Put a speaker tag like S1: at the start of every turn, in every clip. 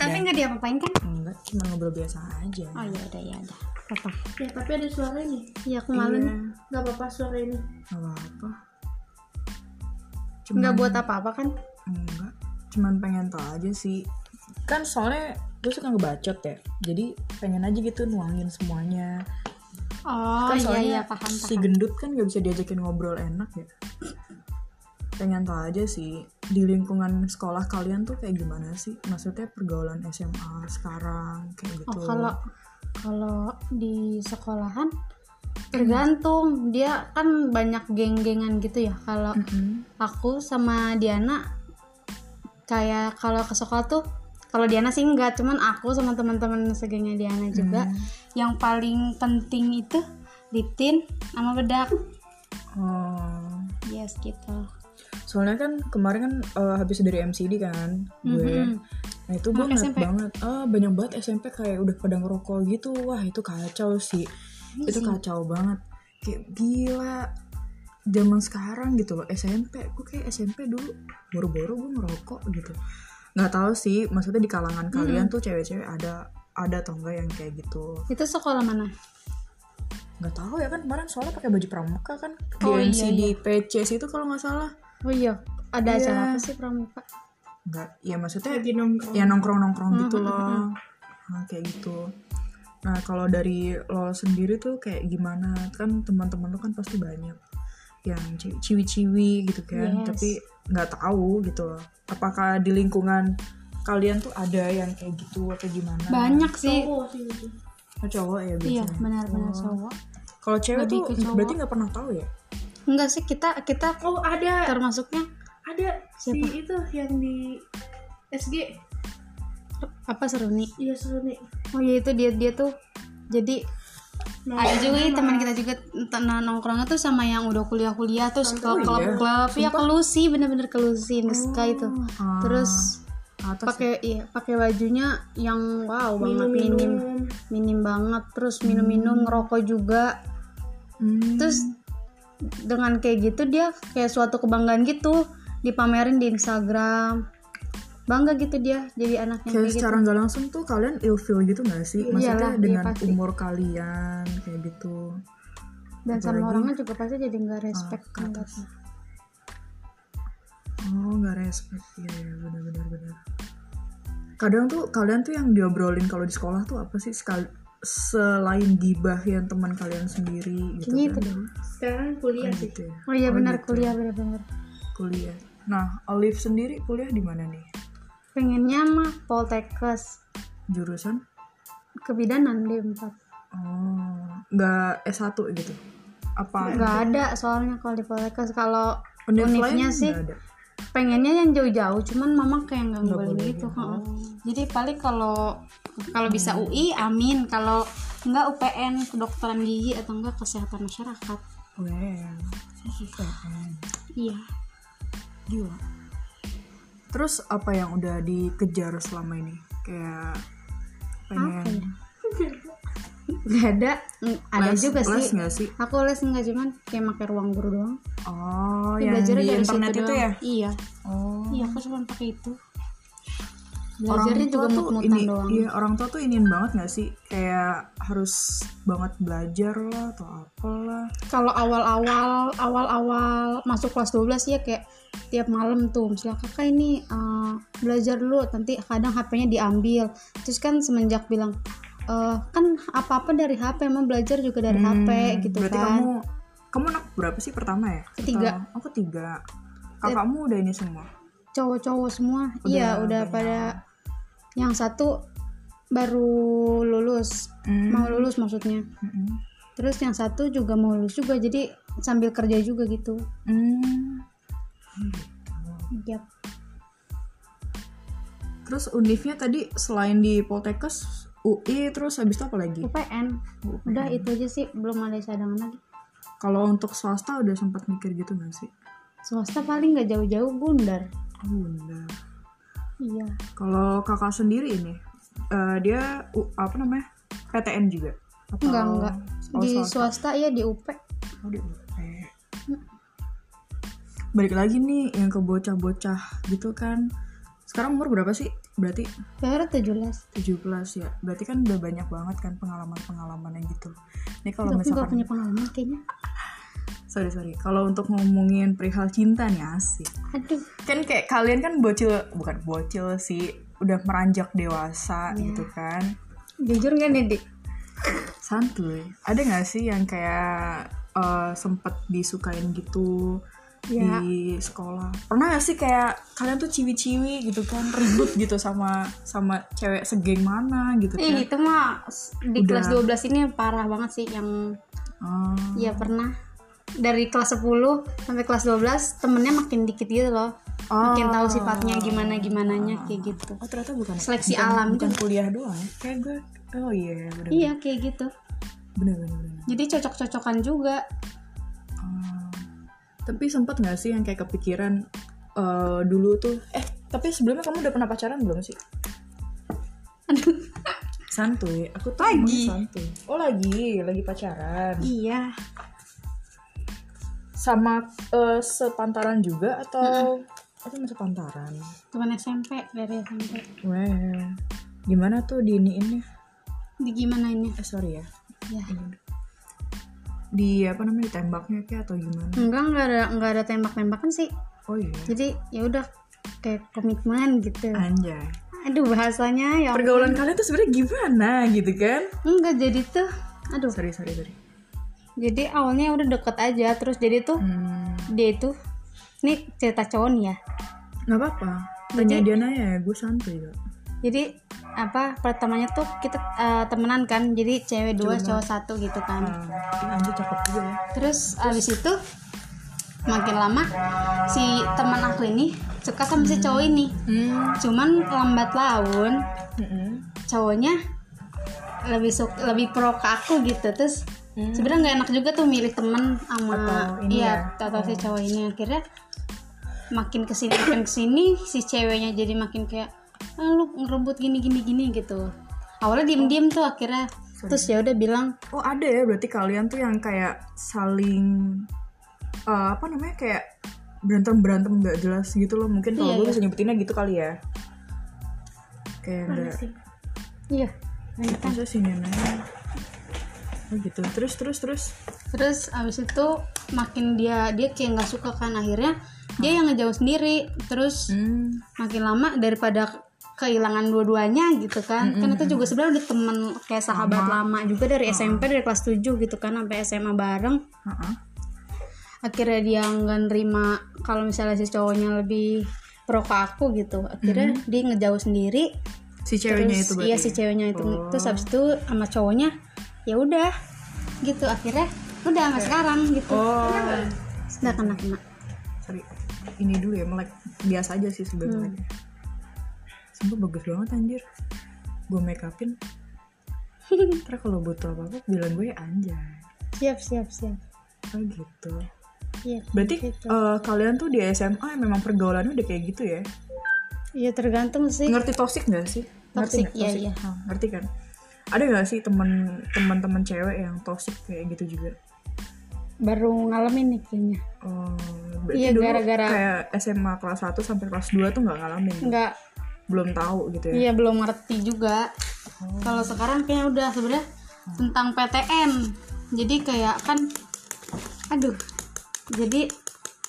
S1: tapi nggak diapa-apain kan
S2: Enggak, cuma ngobrol biasa aja.
S1: oh ya udah ya udah apa
S3: Ya, tapi ada suara ini.
S1: iya aku malu
S2: Iya,
S1: nih
S3: Gak apa-apa suara ini.
S2: nggak apa-apa. Cuman-
S1: nggak buat apa-apa kan
S2: Enggak, cuman pengen tahu aja sih. Kan soalnya gue suka ngebacot ya, jadi pengen aja gitu nuangin semuanya.
S1: oh
S2: kan
S1: iya
S2: soalnya
S1: iya paham
S2: si
S1: paham
S2: gendut kan gak bisa diajakin ngobrol enak ya. Pengen tahu aja sih di lingkungan sekolah kalian tuh kayak gimana sih? Maksudnya pergaulan SMA sekarang kayak gitu.
S1: oh kalau kalau di sekolahan tergantung dia kan banyak geng-gengan gitu ya kalau
S2: Mm-mm.
S1: aku sama Diana kayak kalau ke sekolah tuh kalau Diana sih enggak cuman aku sama teman-teman segengnya Diana juga
S2: Hmm.
S1: yang paling penting itu liptin sama bedak
S2: Oh.
S1: yes gitu
S2: Soalnya kan kemarin kan eh, habis dari MCD kan
S1: Mhm.
S2: gue. Nah itu gue
S1: Anak
S2: ngeliat
S1: SMP.
S2: banget, ah banyak banget SMP kayak udah pada ngerokok gitu, wah itu kacau sih,
S1: Iya
S2: itu
S1: sih.
S2: kacau banget, kayak gila zaman sekarang gitu loh SMP, gue kayak SMP dulu baru-baru gue ngerokok gitu, nggak tahu sih, maksudnya di kalangan kalian tuh cewek-cewek ada ada atau enggak yang kayak gitu,
S1: itu sekolah mana
S2: nggak tahu ya kan kemarin soalnya pakai baju pramuka kan di
S1: Oh, iya,
S2: MCD PCS itu kalau nggak salah,
S1: oh iya ada
S2: Iya.
S1: acara apa sih pramuka
S2: nggak, ya maksudnya
S3: Lagi nongkrong.
S2: ya nongkrong-nongkrong gitu
S1: Mhm,
S2: loh Nah, kayak gitu nah kalau dari lo sendiri tuh kayak gimana kan teman-teman lo kan pasti banyak yang ci- ciwi-ciwi gitu kan
S1: Yes.
S2: tapi nggak tahu gitu loh apakah di lingkungan kalian tuh ada yang kayak gitu atau gimana
S1: banyak sih
S3: Cowok sih itu.
S2: Oh, cowok ya
S1: iya
S2: biasanya
S1: benar-benar
S2: Oh.
S1: cowok
S2: kalau cewek
S1: Lebih
S2: tuh
S1: ke cowok.
S2: berarti nggak pernah tahu ya
S1: enggak sih kita kita
S3: Oh, ada.
S1: termasuknya
S3: Ada si
S1: Siapa?
S3: itu yang di SG.
S1: apa seruni
S3: Iya, Suni.
S1: oh iya itu dia dia tuh jadi ada juga nih teman kita juga teman nongkrongnya tuh sama yang udah kuliah-kuliah terus ke
S2: Oh, iya?
S1: klub-klub ya
S2: Sumpah?
S1: kelusi bener-bener kelusi Niska itu
S2: Ah,
S1: terus
S2: atas ya?
S1: pakai iya pakai bajunya yang wow banget minim
S3: Minum-minum.
S1: minim banget terus minum-minum ngerokok juga
S2: Hmm,
S1: terus dengan kayak gitu dia kayak suatu kebanggaan gitu dipamerin di Instagram bangga gitu dia jadi anak yang
S2: kayak
S1: kayak gitu
S2: secara nggak langsung tuh kalian ilfil gitu nggak sih maksudnya
S1: Iyalah, iya
S2: dengan
S1: pasti.
S2: umur kalian kayak gitu
S1: dan sama
S2: apalagi-
S1: orangnya juga pasti jadi nggak
S2: Ah,
S1: respect gitu.
S2: ke atas.
S1: ngeliatnya.
S2: Oh, nggak respect ya, ya benar-benar benar. Kadang tuh kalian tuh yang diobrolin kalau di sekolah tuh apa sih sekali selain gibah yang teman kalian sendiri gitu
S1: kayaknya itu
S2: kan?
S1: dong
S3: Sekarang kuliah
S2: Kan
S3: sih.
S2: gitu ya,
S1: oh iya
S2: Oh,
S1: benar
S2: gitu.
S1: kuliah benar-benar
S2: kuliah. Nah, Olive sendiri kuliah di mana nih?
S1: pengennya mah poltekkes
S2: Jurusan?
S1: kebidanan D4
S2: Oh, nggak S1 gitu. Apa?
S1: nggak ada soalnya kalau di poltekkes kalau
S2: Univ lain
S1: univnya
S2: nggak
S1: sih
S2: ada.
S1: pengennya yang jauh-jauh cuman mama kayak nggak
S2: Nggak
S1: boleh
S2: boleh,
S1: gitu
S2: ya.
S1: heeh. jadi paling kalau kalau bisa UI amin kalau nggak UPN kedokteran gigi atau enggak kesehatan masyarakat
S2: Oh, Well, ya, keren.
S1: iya
S2: Gila. Terus apa yang udah dikejar selama ini? Kayak pengen
S1: ya? nggak ada Mm, ada
S2: les-
S1: juga
S2: les
S1: sih
S2: nggak sih?
S1: aku les nggak cuman kayak pakai ruang guru doang
S2: Oh,
S1: Tapi
S2: yang
S1: belajarnya
S2: di
S1: dari situ
S2: internet itu
S1: doang.
S2: ya?
S1: iya
S2: Oh.
S1: iya aku cuma pakai itu
S2: Orang
S1: belajarnya juga
S2: tua tuh
S1: mut-mutan
S2: ini,
S1: doang
S2: iya orang tua tuh ingin banget gak sih? Kayak harus banget belajar lah atau apalah.
S1: kalau awal-awal awal-awal masuk kelas 12 ya kayak tiap malam tuh misalnya kakak ini eh, belajar dulu nanti kadang HP-nya diambil terus kan semenjak bilang "Eh, kan apa-apa dari HP emang belajar juga dari HP
S2: Hmm,
S1: gitu
S2: Berarti
S1: kan
S2: kamu kamu anak berapa sih pertama ya?
S1: Ketiga.
S2: Atau- oh, ketiga. Kakakmu udah ini semua.
S1: cowok-cowok semua iya
S2: Udah
S1: udah
S2: banyak.
S1: pada yang satu baru lulus
S2: Hmm.
S1: mau lulus maksudnya
S2: Mm-mm.
S1: terus yang satu juga mau lulus juga jadi sambil kerja juga gitu
S2: Hmm.
S1: Yap.
S2: Terus univnya tadi selain di Poltekkes, UI terus habis itu apa lagi?
S1: UPN udah itu aja sih belum ada cadangan lagi
S2: Kalau untuk swasta udah sempat mikir gitu gak sih?
S1: swasta paling nggak jauh-jauh bundar
S2: Oh, udah.
S1: iya
S2: Kalau kakak sendiri ini, eh, dia u- apa namanya? PTN juga? Atau-
S1: enggak enggak
S2: Oh,
S1: di
S2: swasta.
S1: swasta ya di UP
S2: Oh, di UP. Balik lagi nih yang ke bocah-bocah gitu kan. Sekarang umur berapa sih? Berarti
S1: Baru 17.
S2: 17 ya. Berarti kan udah banyak banget kan pengalaman-pengalaman yang gitu. Ini
S1: Tapi aku
S2: kalau
S1: gak
S2: misalkan
S1: punya pengalaman kayaknya.
S2: sorry sorry kalau untuk ngomongin perihal cinta nih asik
S1: Aduh,
S2: kan kayak kalian kan bocil bukan bocil sih udah meranjak dewasa
S1: Iya.
S2: gitu kan
S1: jujur gak nih, Dik?
S2: santuy ada nggak sih yang kayak eh, sempet disukain gitu
S1: Ya.
S2: di sekolah pernah gak sih kayak kalian tuh ciwi-ciwi gitu kan ribut gitu sama sama cewek segeng mana gitu kan
S1: Ih, itu mah s- di
S2: Udah.
S1: kelas 12 ini parah banget sih yang
S2: Ah,
S1: ya pernah dari kelas 10 sampai kelas 12 temennya makin dikit gitu loh. Makin tahu sifatnya gimana gimananya kayak gitu.
S2: oh ternyata bukan
S1: Seleksi
S2: bukan-
S1: alam
S2: bukan kuliah doang ya. kayak gue oh iya bener
S1: Iya, kayak gitu.
S2: bener bener, bener.
S1: Jadi cocok-cocokan juga.
S2: Hmm. Tapi sempet gak sih yang kayak kepikiran eh, dulu tuh Eh tapi sebelumnya kamu udah pernah pacaran belum sih? Santuy, aku tuh
S1: Lagi.
S2: ngomongnya santuy. Oh lagi, lagi pacaran
S1: Iya.
S2: Sama eh, sepantaran juga atau Atau masih sepantaran?
S1: Teman SMP dari SMP.
S2: Weh, gimana tuh diiniinnya?
S1: Di gimananya?
S2: Eh sorry ya
S1: Ya.
S2: Di apa namanya, ditembaknya kayak atau gimana?
S1: Enggak, enggak ada enggak ada tembak-tembakan sih.
S2: Oh iya
S1: Jadi ya udah kayak komitmen gitu.
S2: Anjay
S1: Aduh, bahasanya ya
S2: Pergaulan kalian tuh sebenarnya gimana gitu kan?
S1: enggak jadi tuh. Aduh,
S2: Sorry, sorry, sorry
S1: jadi awalnya udah deket aja terus jadi tuh
S2: Hmm,
S1: dia itu ini cerita cowok nih ya
S2: nggak apa-apa. Tanya dia nanya ya, gue santuy kok.
S1: jadi apa pertamanya tuh kita eh, temenan kan jadi cewek dua cowok satu gitu kan
S2: Ah, anjir cakep juga ya.
S1: terus abis itu makin lama si teman aku ini suka sama si cowok ini cuman lambat laun
S2: Mm-mm.
S1: Hmm. cowoknya lebih suk- lebih pro ke aku gitu terus sebenarnya nggak enak juga tuh milih temen sama
S2: Hmm. Atau ini
S1: iya
S2: ya?
S1: atau si cowok ini akhirnya makin kesini makin kesini si ceweknya jadi makin kayak ah, lu ngerebut gini gini gini gitu awalnya diem diem tuh akhirnya terus ya udah bilang
S2: Oh ada ya, berarti kalian tuh yang kayak saling eh, apa namanya kayak berantem berantem nggak jelas gitu loh. Mungkin kalau
S1: Iya,
S2: gue
S1: iya.
S2: bisa nyebutinnya gitu kali ya. Kayak nggak.
S1: iya
S2: Eh, masa sih neneknya? Oh gitu. Terus terus terus.
S1: terus abis itu makin dia dia kayak nggak suka kan akhirnya dia yang ngejauh sendiri terus
S2: Hmm.
S1: makin lama daripada kehilangan dua-duanya gitu kan kan itu juga sebenarnya udah temen kayak sahabat lama juga dari SMP dari kelas 7 gitu kan sampai SMA bareng
S2: Ha-ha.
S1: akhirnya dia nggak nerima kalau misalnya si cowoknya lebih pro ke aku gitu akhirnya dia ngejauh sendiri
S2: Si ceweknya
S1: terus
S2: itu berarti.
S1: iya si ceweknya itu
S2: Oh.
S1: terus habis itu sama cowoknya ya udah gitu akhirnya udah sama sekarang gitu
S2: Oh.
S1: sudah kena kena
S2: sorry ini dulu ya melek biasa aja sih sebenarnya
S1: Hmm.
S2: sumpah bagus banget anjir gue make upin ntar kalau butuh apa apa bilang gue anjay
S1: siap siap siap
S2: oh gitu
S1: iya
S2: berarti
S1: Gitu.
S2: eh, kalian tuh di SMA memang pergaulannya udah kayak gitu ya
S1: iya tergantung sih
S2: ngerti toxic gak sih
S1: Toxic,
S2: nggak
S1: iya, iya.
S2: Hah, ngerti kan ada gak sih temen teman teman cewek yang toxic kayak gitu juga
S1: baru ngalamin nih kayaknya
S2: Oh, berarti
S1: Iya,
S2: dulu
S1: gara-gara-
S2: kayak SMA kelas 1 sampai kelas 2 tuh gak ngalamin
S1: nggak
S2: belum tahu gitu ya
S1: iya belum ngerti juga
S2: Oh.
S1: kalau sekarang kayaknya udah sebenarnya tentang PTN jadi kayak kan aduh jadi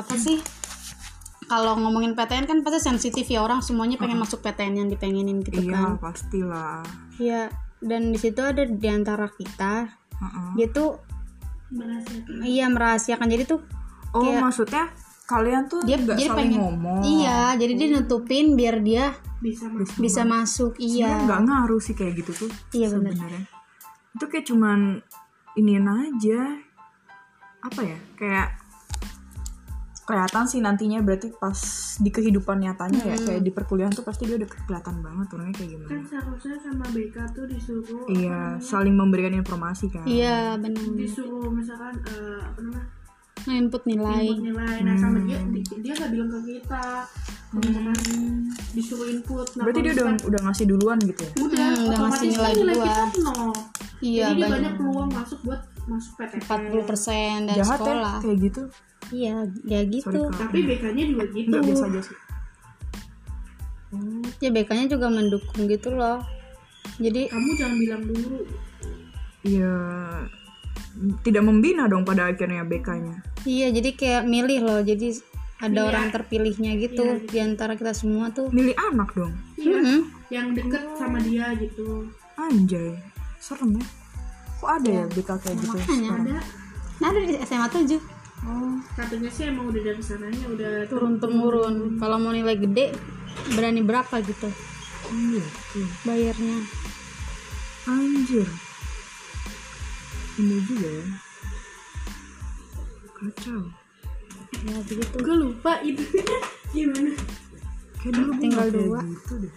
S1: apa sih kalau ngomongin PTN kan pasti sensitif ya orang semuanya pengen masuk PTN yang dipengenin gitu
S2: iya
S1: kan
S2: pastilah
S1: iya dan di situ ada di antara kita
S2: Heeh.
S1: dia tuh iya merahasiakan jadi tuh
S2: Oh
S1: Kayak-
S2: maksudnya kalian tuh
S1: dia
S2: Kan nggak
S1: jadi
S2: saling
S1: pengen
S2: ngomong.
S1: iya jadi dia nutupin biar dia
S3: bisa masuk
S1: bisa masuk
S2: Sebenarnya
S1: iya
S2: nggak ngaruh sih kayak gitu tuh.
S1: Iya, bener.
S2: sebenarnya. Itu kayak cuman iniin aja apa ya kayak kelihatan sih nantinya berarti pas di kehidupan nyatanya ya kayak di perkuliahan tuh pasti dia udah kelihatan banget orangnya kayak
S3: kan
S1: Mm.
S2: gimana.
S3: seharusnya sama BK tuh disuruh
S2: Iya saling memberikan informasi kan.
S1: iya benar
S3: disuruh misalkan eh, apa namanya
S1: input nilai
S3: input nilai nah sama dia di- dia nggak bilang ke kita Kalau misalkan disuruh input nah,
S2: Berarti
S3: kalau
S2: dia udah
S3: misalkan-
S2: udah ngasih duluan gitu ya.
S3: udah
S1: Hmm, udah ngasih
S3: otomatis
S1: nilai
S3: kan nilai
S1: dua.
S3: kita nol
S1: Iya,
S3: jadi dia
S1: banyak.
S3: banyak peluang masuk buat masuk PTN
S1: 40% dari
S2: Jahat ya
S1: sekolah.
S2: kayak gitu.
S1: Iya, ya gitu.
S2: Sorry, Kak.
S3: tapi BK-nya juga gitu
S2: Nggak biasa aja sih. Hmm.
S1: ya BK-nya juga mendukung gitu loh jadi
S3: kamu jangan bilang dulu
S2: Iya. Tidak membina dong pada akhirnya BK-nya.
S1: iya jadi kayak milih loh jadi ada
S3: Iya.
S1: orang terpilihnya gitu
S3: Iya.
S1: di antara kita semua tuh
S2: Milih anak dong.
S3: Iya,
S1: Mm-mm.
S3: yang deket sama dia gitu
S2: Anjay. Serem ya. Kok ada ya BK kayak gitu
S1: Iya. Makanya
S2: sekarang?
S3: ada
S1: nah ada di SMA 7
S2: Oh,
S3: katanya sih emang udah dari sananya udah
S1: turun temurun kalau mau nilai gede berani berapa gitu
S2: gitu.
S1: bayarnya
S2: Anjir. Ini juga ya. Kacau.
S1: ya begitu
S3: gue lupa itu gimana
S2: Kayak dulu gua
S1: Tinggal
S2: nggak kayak
S1: dua.
S2: gitu deh.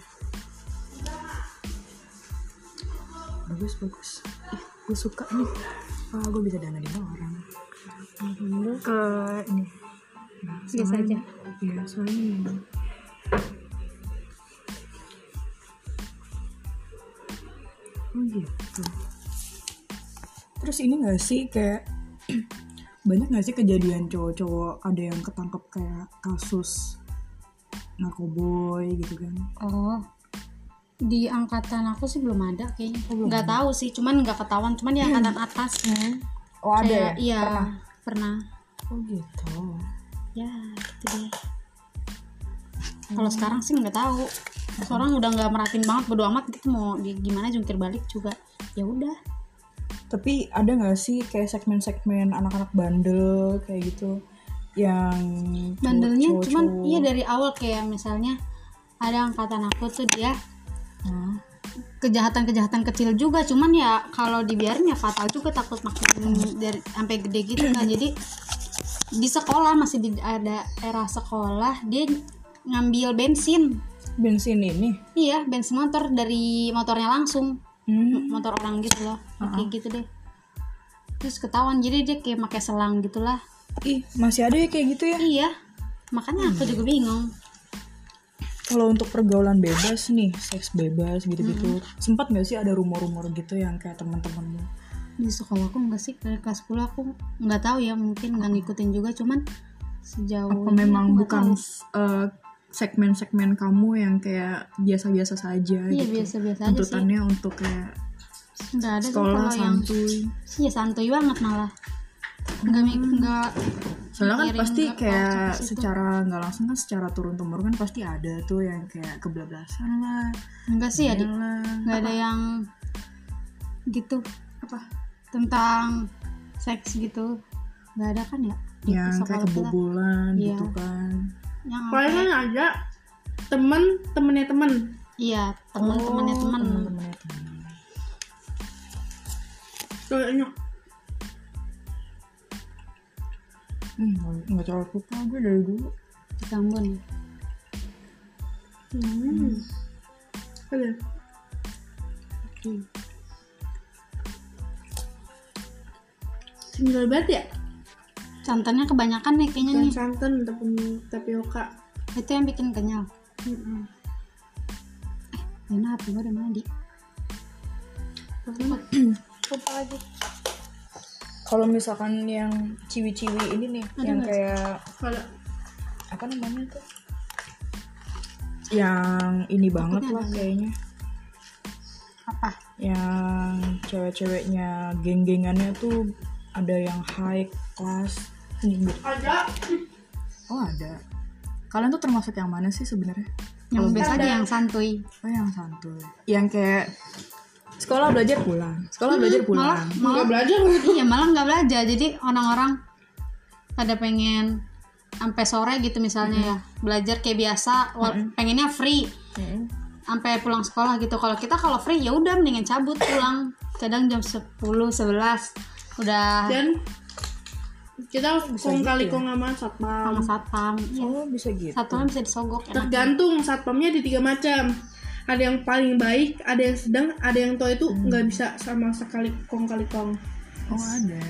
S2: Bagus, bagus. Ih, gue suka nih. Wah, gue bisa dana orang.
S1: alhamdulillah
S2: Ke ini. Nah,
S1: Biasa aja.
S2: soalnya- Iya, soalnya memang. Oh gitu. Terus ini gak sih kayak banyak gak sih kejadian cowok-cowok ada yang ketangkep kayak kasus narkoboy gitu kan?
S1: oh di angkatan aku sih belum ada kayaknya nggak tahu sih cuman nggak ketahuan cuman di angkatan atas
S2: Oh
S1: Kayak-
S2: ada ya?
S1: iya
S2: Pernah?
S1: pernah.
S2: Oh gitu.
S1: ya gitu deh kalau sekarang sih nggak tahu seorang udah nggak merhatiin banget bodo amat gitu mau di, gimana jungkir balik juga ya udah
S2: Tapi ada nggak sih kayak segmen-segmen anak-anak bandel kayak gitu yang
S1: bandelnya
S2: cowok-
S1: cuman
S2: cowok-
S1: iya dari awal kayak misalnya ada angkatan aku tuh dia
S2: Hah?
S1: kejahatan-kejahatan kecil juga cuman ya kalau dibiarin ya fatal juga takut makin dari sampai gede gitu kan jadi di sekolah masih di, ada era sekolah dia ngambil bensin
S2: bensin ini.
S1: iya bensin motor dari motornya langsung
S2: Hmm.
S1: motor orang gitu loh
S2: Uh-huh.
S1: kayak gitu deh terus ketahuan jadi dia kayak pakai selang gitulah
S2: Ih masih ada ya kayak gitu ya?
S1: iya makanya aku juga bingung
S2: Kalau untuk pergaulan bebas nih, seks bebas gitu-gitu, sempat nggak sih ada rumor-rumor gitu yang kayak teman-temanmu?
S1: di sekolah aku enggak sih dari kelas 10 aku nggak tahu ya mungkin nggak ngikutin juga cuman sejauh
S2: Apa
S1: ini
S2: memang
S1: aku Oh, nggak
S2: bukan
S1: tahu.
S2: eh, segmen-segmen kamu yang kayak biasa-biasa saja?
S1: iya
S2: gitu?
S1: biasa-biasa aja sih
S2: Tuntutannya untuk kayak
S1: nggak ada sih
S2: sekolah
S1: kalau yang
S2: santuy.
S1: sih ya santuy banget malah nggak
S2: Hmm.
S1: mi- nggak
S2: soalnya kan
S1: mikirin,
S2: pasti
S1: nggak
S2: kayak
S1: fokus ke situ.
S2: secara nggak langsung kan secara turun temurun kan pasti ada tuh yang kayak kebablasan lah
S1: enggak sih ya Di.
S2: lah
S1: nggak ada yang gitu apa tentang seks gitu nggak ada kan ya di
S2: yang
S1: sekolah
S2: kayak
S1: kita. Ya,
S2: kebobolan
S1: Iya.
S2: gitu kan
S1: yang
S3: paling kan ada temen temennya temen
S1: iya
S2: Oh,
S1: teman-temannya teman
S2: temen-temennya temen.
S3: kayaknya
S2: Hmm, nggak- nggak terlalu lupa gue dari dulu
S1: di Ambon
S3: hmm. ada sendal banget ya
S1: santannya kebanyakan nih kayaknya
S3: dan
S1: nih
S2: Iya,
S3: santan ataupun tapioka
S1: itu yang bikin kenyal
S3: Mm-mm.
S1: enak apa gue udah mandi
S2: lupa lagi kalau misalkan yang ciwi-ciwi ini nih yang kayak
S3: kalau
S2: apa namanya tuh yang ini banget
S1: Takutnya
S2: lah
S1: ada.
S2: kayaknya
S1: apa
S2: yang cewek-ceweknya geng-gengannya tuh ada yang high class nyebut
S3: ada
S2: oh ada kalian tuh termasuk yang mana sih sebenarnya
S1: yang biasa aja
S3: ada.
S1: yang santuy
S2: oh yang santuy yang kayak sekolah belajar pulang sekolah belajar pulang
S1: malah belajar iya malah nggak belajar jadi orang-orang pada pengen sampai sore gitu misalnya ya belajar kayak biasa wal- pengennya free
S2: Mm-mm.
S1: sampai pulang sekolah gitu kalau kita kalau free ya udah mendingan cabut pulang kadang jam 10 11 udah
S3: dan kita kong
S2: gitu
S3: kali
S2: ya?
S3: kong sama satpam
S1: sama satpam Iya,
S2: oh bisa gitu
S1: satpamnya bisa disogok enak.
S3: tergantung satpamnya di tiga macam ada yang paling baik ada yang sedang ada yang tua itu nggak bisa sama sekali kong kali kong
S2: oh ada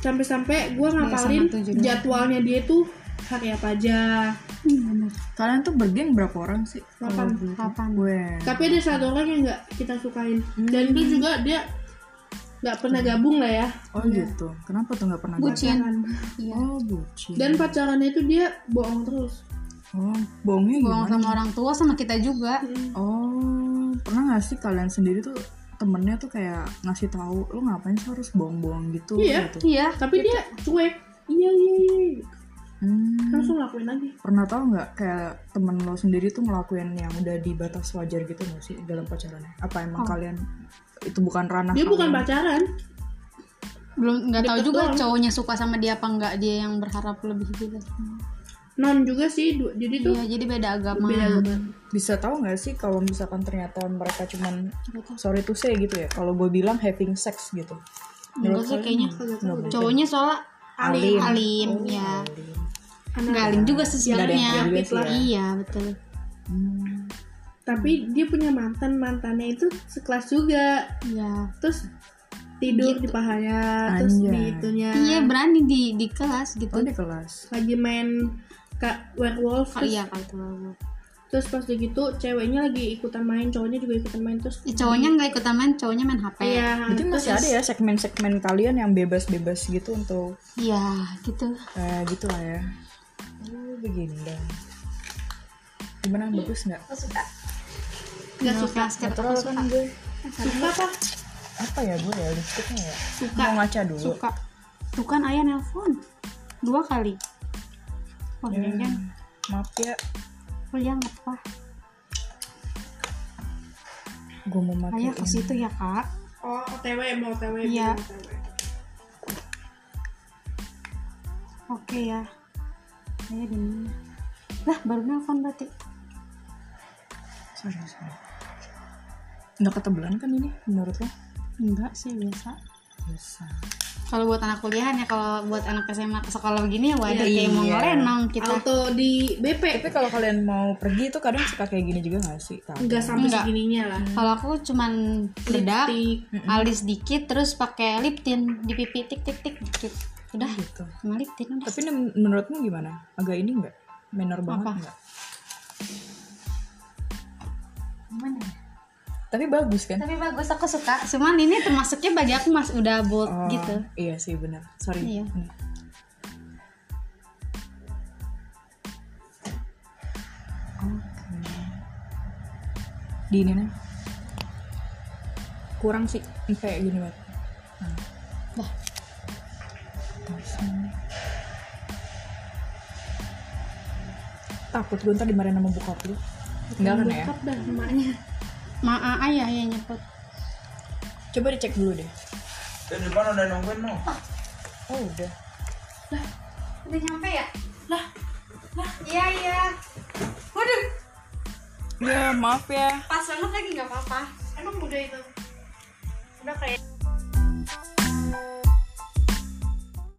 S3: sampai-sampai gue ngapalin
S1: sama tujuh doang.
S3: jadwalnya dia tuh hari apa aja
S1: Hmm, bener.
S2: kalian tuh bergeng berapa orang sih Kalau
S3: Delapan.
S2: gue-
S1: Delapan.
S2: gue
S3: tapi ada satu orang yang nggak kita sukain dan itu juga dia nggak pernah gabung lah ya Hmm.
S2: oh gitu kenapa tuh nggak pernah
S1: bucin
S3: Pacaran.
S1: iya
S2: oh bucin
S3: dan pacarannya itu dia bohong terus
S2: oh bohongnya
S1: bohong
S2: gimana
S1: sama orang tua sama kita juga
S2: Hmm. oh pernah gak sih kalian sendiri tuh temennya tuh kayak ngasih tahu lu ngapain sih harus bohong-bohong gitu
S3: Iya.
S2: gitu
S1: iya
S3: tapi dia cuek iya iya iya
S2: Hmm.
S3: langsung lakuin lagi
S2: pernah tau nggak kayak temen lo sendiri tuh ngelakuin yang udah di batas wajar gitu nggak sih dalam pacarannya apa emang
S1: Oh.
S2: kalian itu bukan ranah
S3: dia bukan
S2: kalian?
S3: pacaran
S1: belum nggak tahu
S3: Deket
S1: juga
S3: doang.
S1: cowoknya suka sama dia apa nggak dia yang berharap lebih juga
S3: non juga sih du- jadi tuh
S1: iya jadi beda agama
S3: beda banget
S2: bisa tahu nggak sih kalau misalkan ternyata mereka cuman
S1: Nggak tahu.
S2: sorry to say gitu ya kalau gue bilang having sex gitu
S1: Enggak sih, kayaknya
S2: nggak mungkin.
S1: cowoknya soalnya alim alim ya nggak alim juga sih
S2: Nggak ada Oh. yang
S1: sebenarnya
S2: alim juga sih, ya.
S1: iya betul
S2: Hmm.
S3: tapi dia punya mantan mantannya itu sekelas juga
S1: iya
S3: terus tidur di pahanya terus
S2: Anjay.
S3: di itunya
S1: iya berani di di kelas gitu
S2: oh di kelas
S3: lagi main kak
S1: Oh,
S3: werewolf terus,
S1: iya kalau terlalu
S3: terus pas udah gitu ceweknya lagi ikutan main cowoknya juga ikutan main terus
S1: Eh, cowoknya nggak ikutan main cowoknya main hp
S3: iya
S2: berarti
S3: terus
S2: masih ada ya segmen-segmen kalian yang bebas-bebas gitu untuk
S1: iya gitu
S2: eh, gitu lah ya oh, begini dah. gimana bagus nggak
S1: nggak suka skirt
S2: natural kan gue
S3: suka apa
S2: apa ya gue ya lipstiknya ya
S1: Suka.
S2: mau ngaca dulu
S1: suka tuh kan ayah nelpon dua kali oh
S2: Hmm.
S1: jangan
S2: maaf ya
S1: oh ya nggak apa
S2: gue mau matiin
S1: ayah ke situ ya kak
S3: oh otw mau otw
S1: Iya.
S3: mau OTW.
S1: oke ya ayah di mana lah baru nelpon berarti
S2: sorry sorry nggak ketebelan kan ini menurut lo
S1: enggak sih biasa
S2: bisa
S1: kalau buat anak kuliahan ya kalau buat anak SMA ke sekolah begini ya waduh
S2: Iya.
S1: kayak mau ngorenong kita
S3: auto di BP
S2: tapi kalau kalian mau pergi itu kadang suka kayak gini juga nggak sih Tahu.
S3: nggak sampai
S1: Nggak.
S3: segininya lah
S1: kalau aku cuman bedak
S3: Lipstick.
S1: alis dikit terus pakai lip tint di pipi tik tik tik dikit udah
S2: gitu
S1: cuma lip tint udah.
S2: tapi ini menurutmu gimana agak ini nggak minor banget
S1: Apa?
S2: nggak
S1: Gimana ya?
S2: tapi bagus kan
S1: tapi bagus aku suka cuman ini termasuknya bagi aku mas udah bold
S2: Oh,
S1: gitu
S2: iya sih benar sorry
S1: Iya.
S2: Hmm. Oke. di ini nih kurang sih kayak gini banget nah.
S1: Lah.
S2: Terus ini. takut gue ntar dimarahin sama bokap lu enggak kan ya
S3: Bokap dah emaknya
S1: Maa ayah ya nyebut.
S2: coba dicek dulu deh
S4: Di depan udah nungguin mau.
S2: oh udah
S1: Udah nyampe ya? Lah, lah, iya iya. Waduh,
S2: ya maaf ya
S1: pas banget lagi nggak apa-apa.
S3: emang udah itu
S1: Udah kayak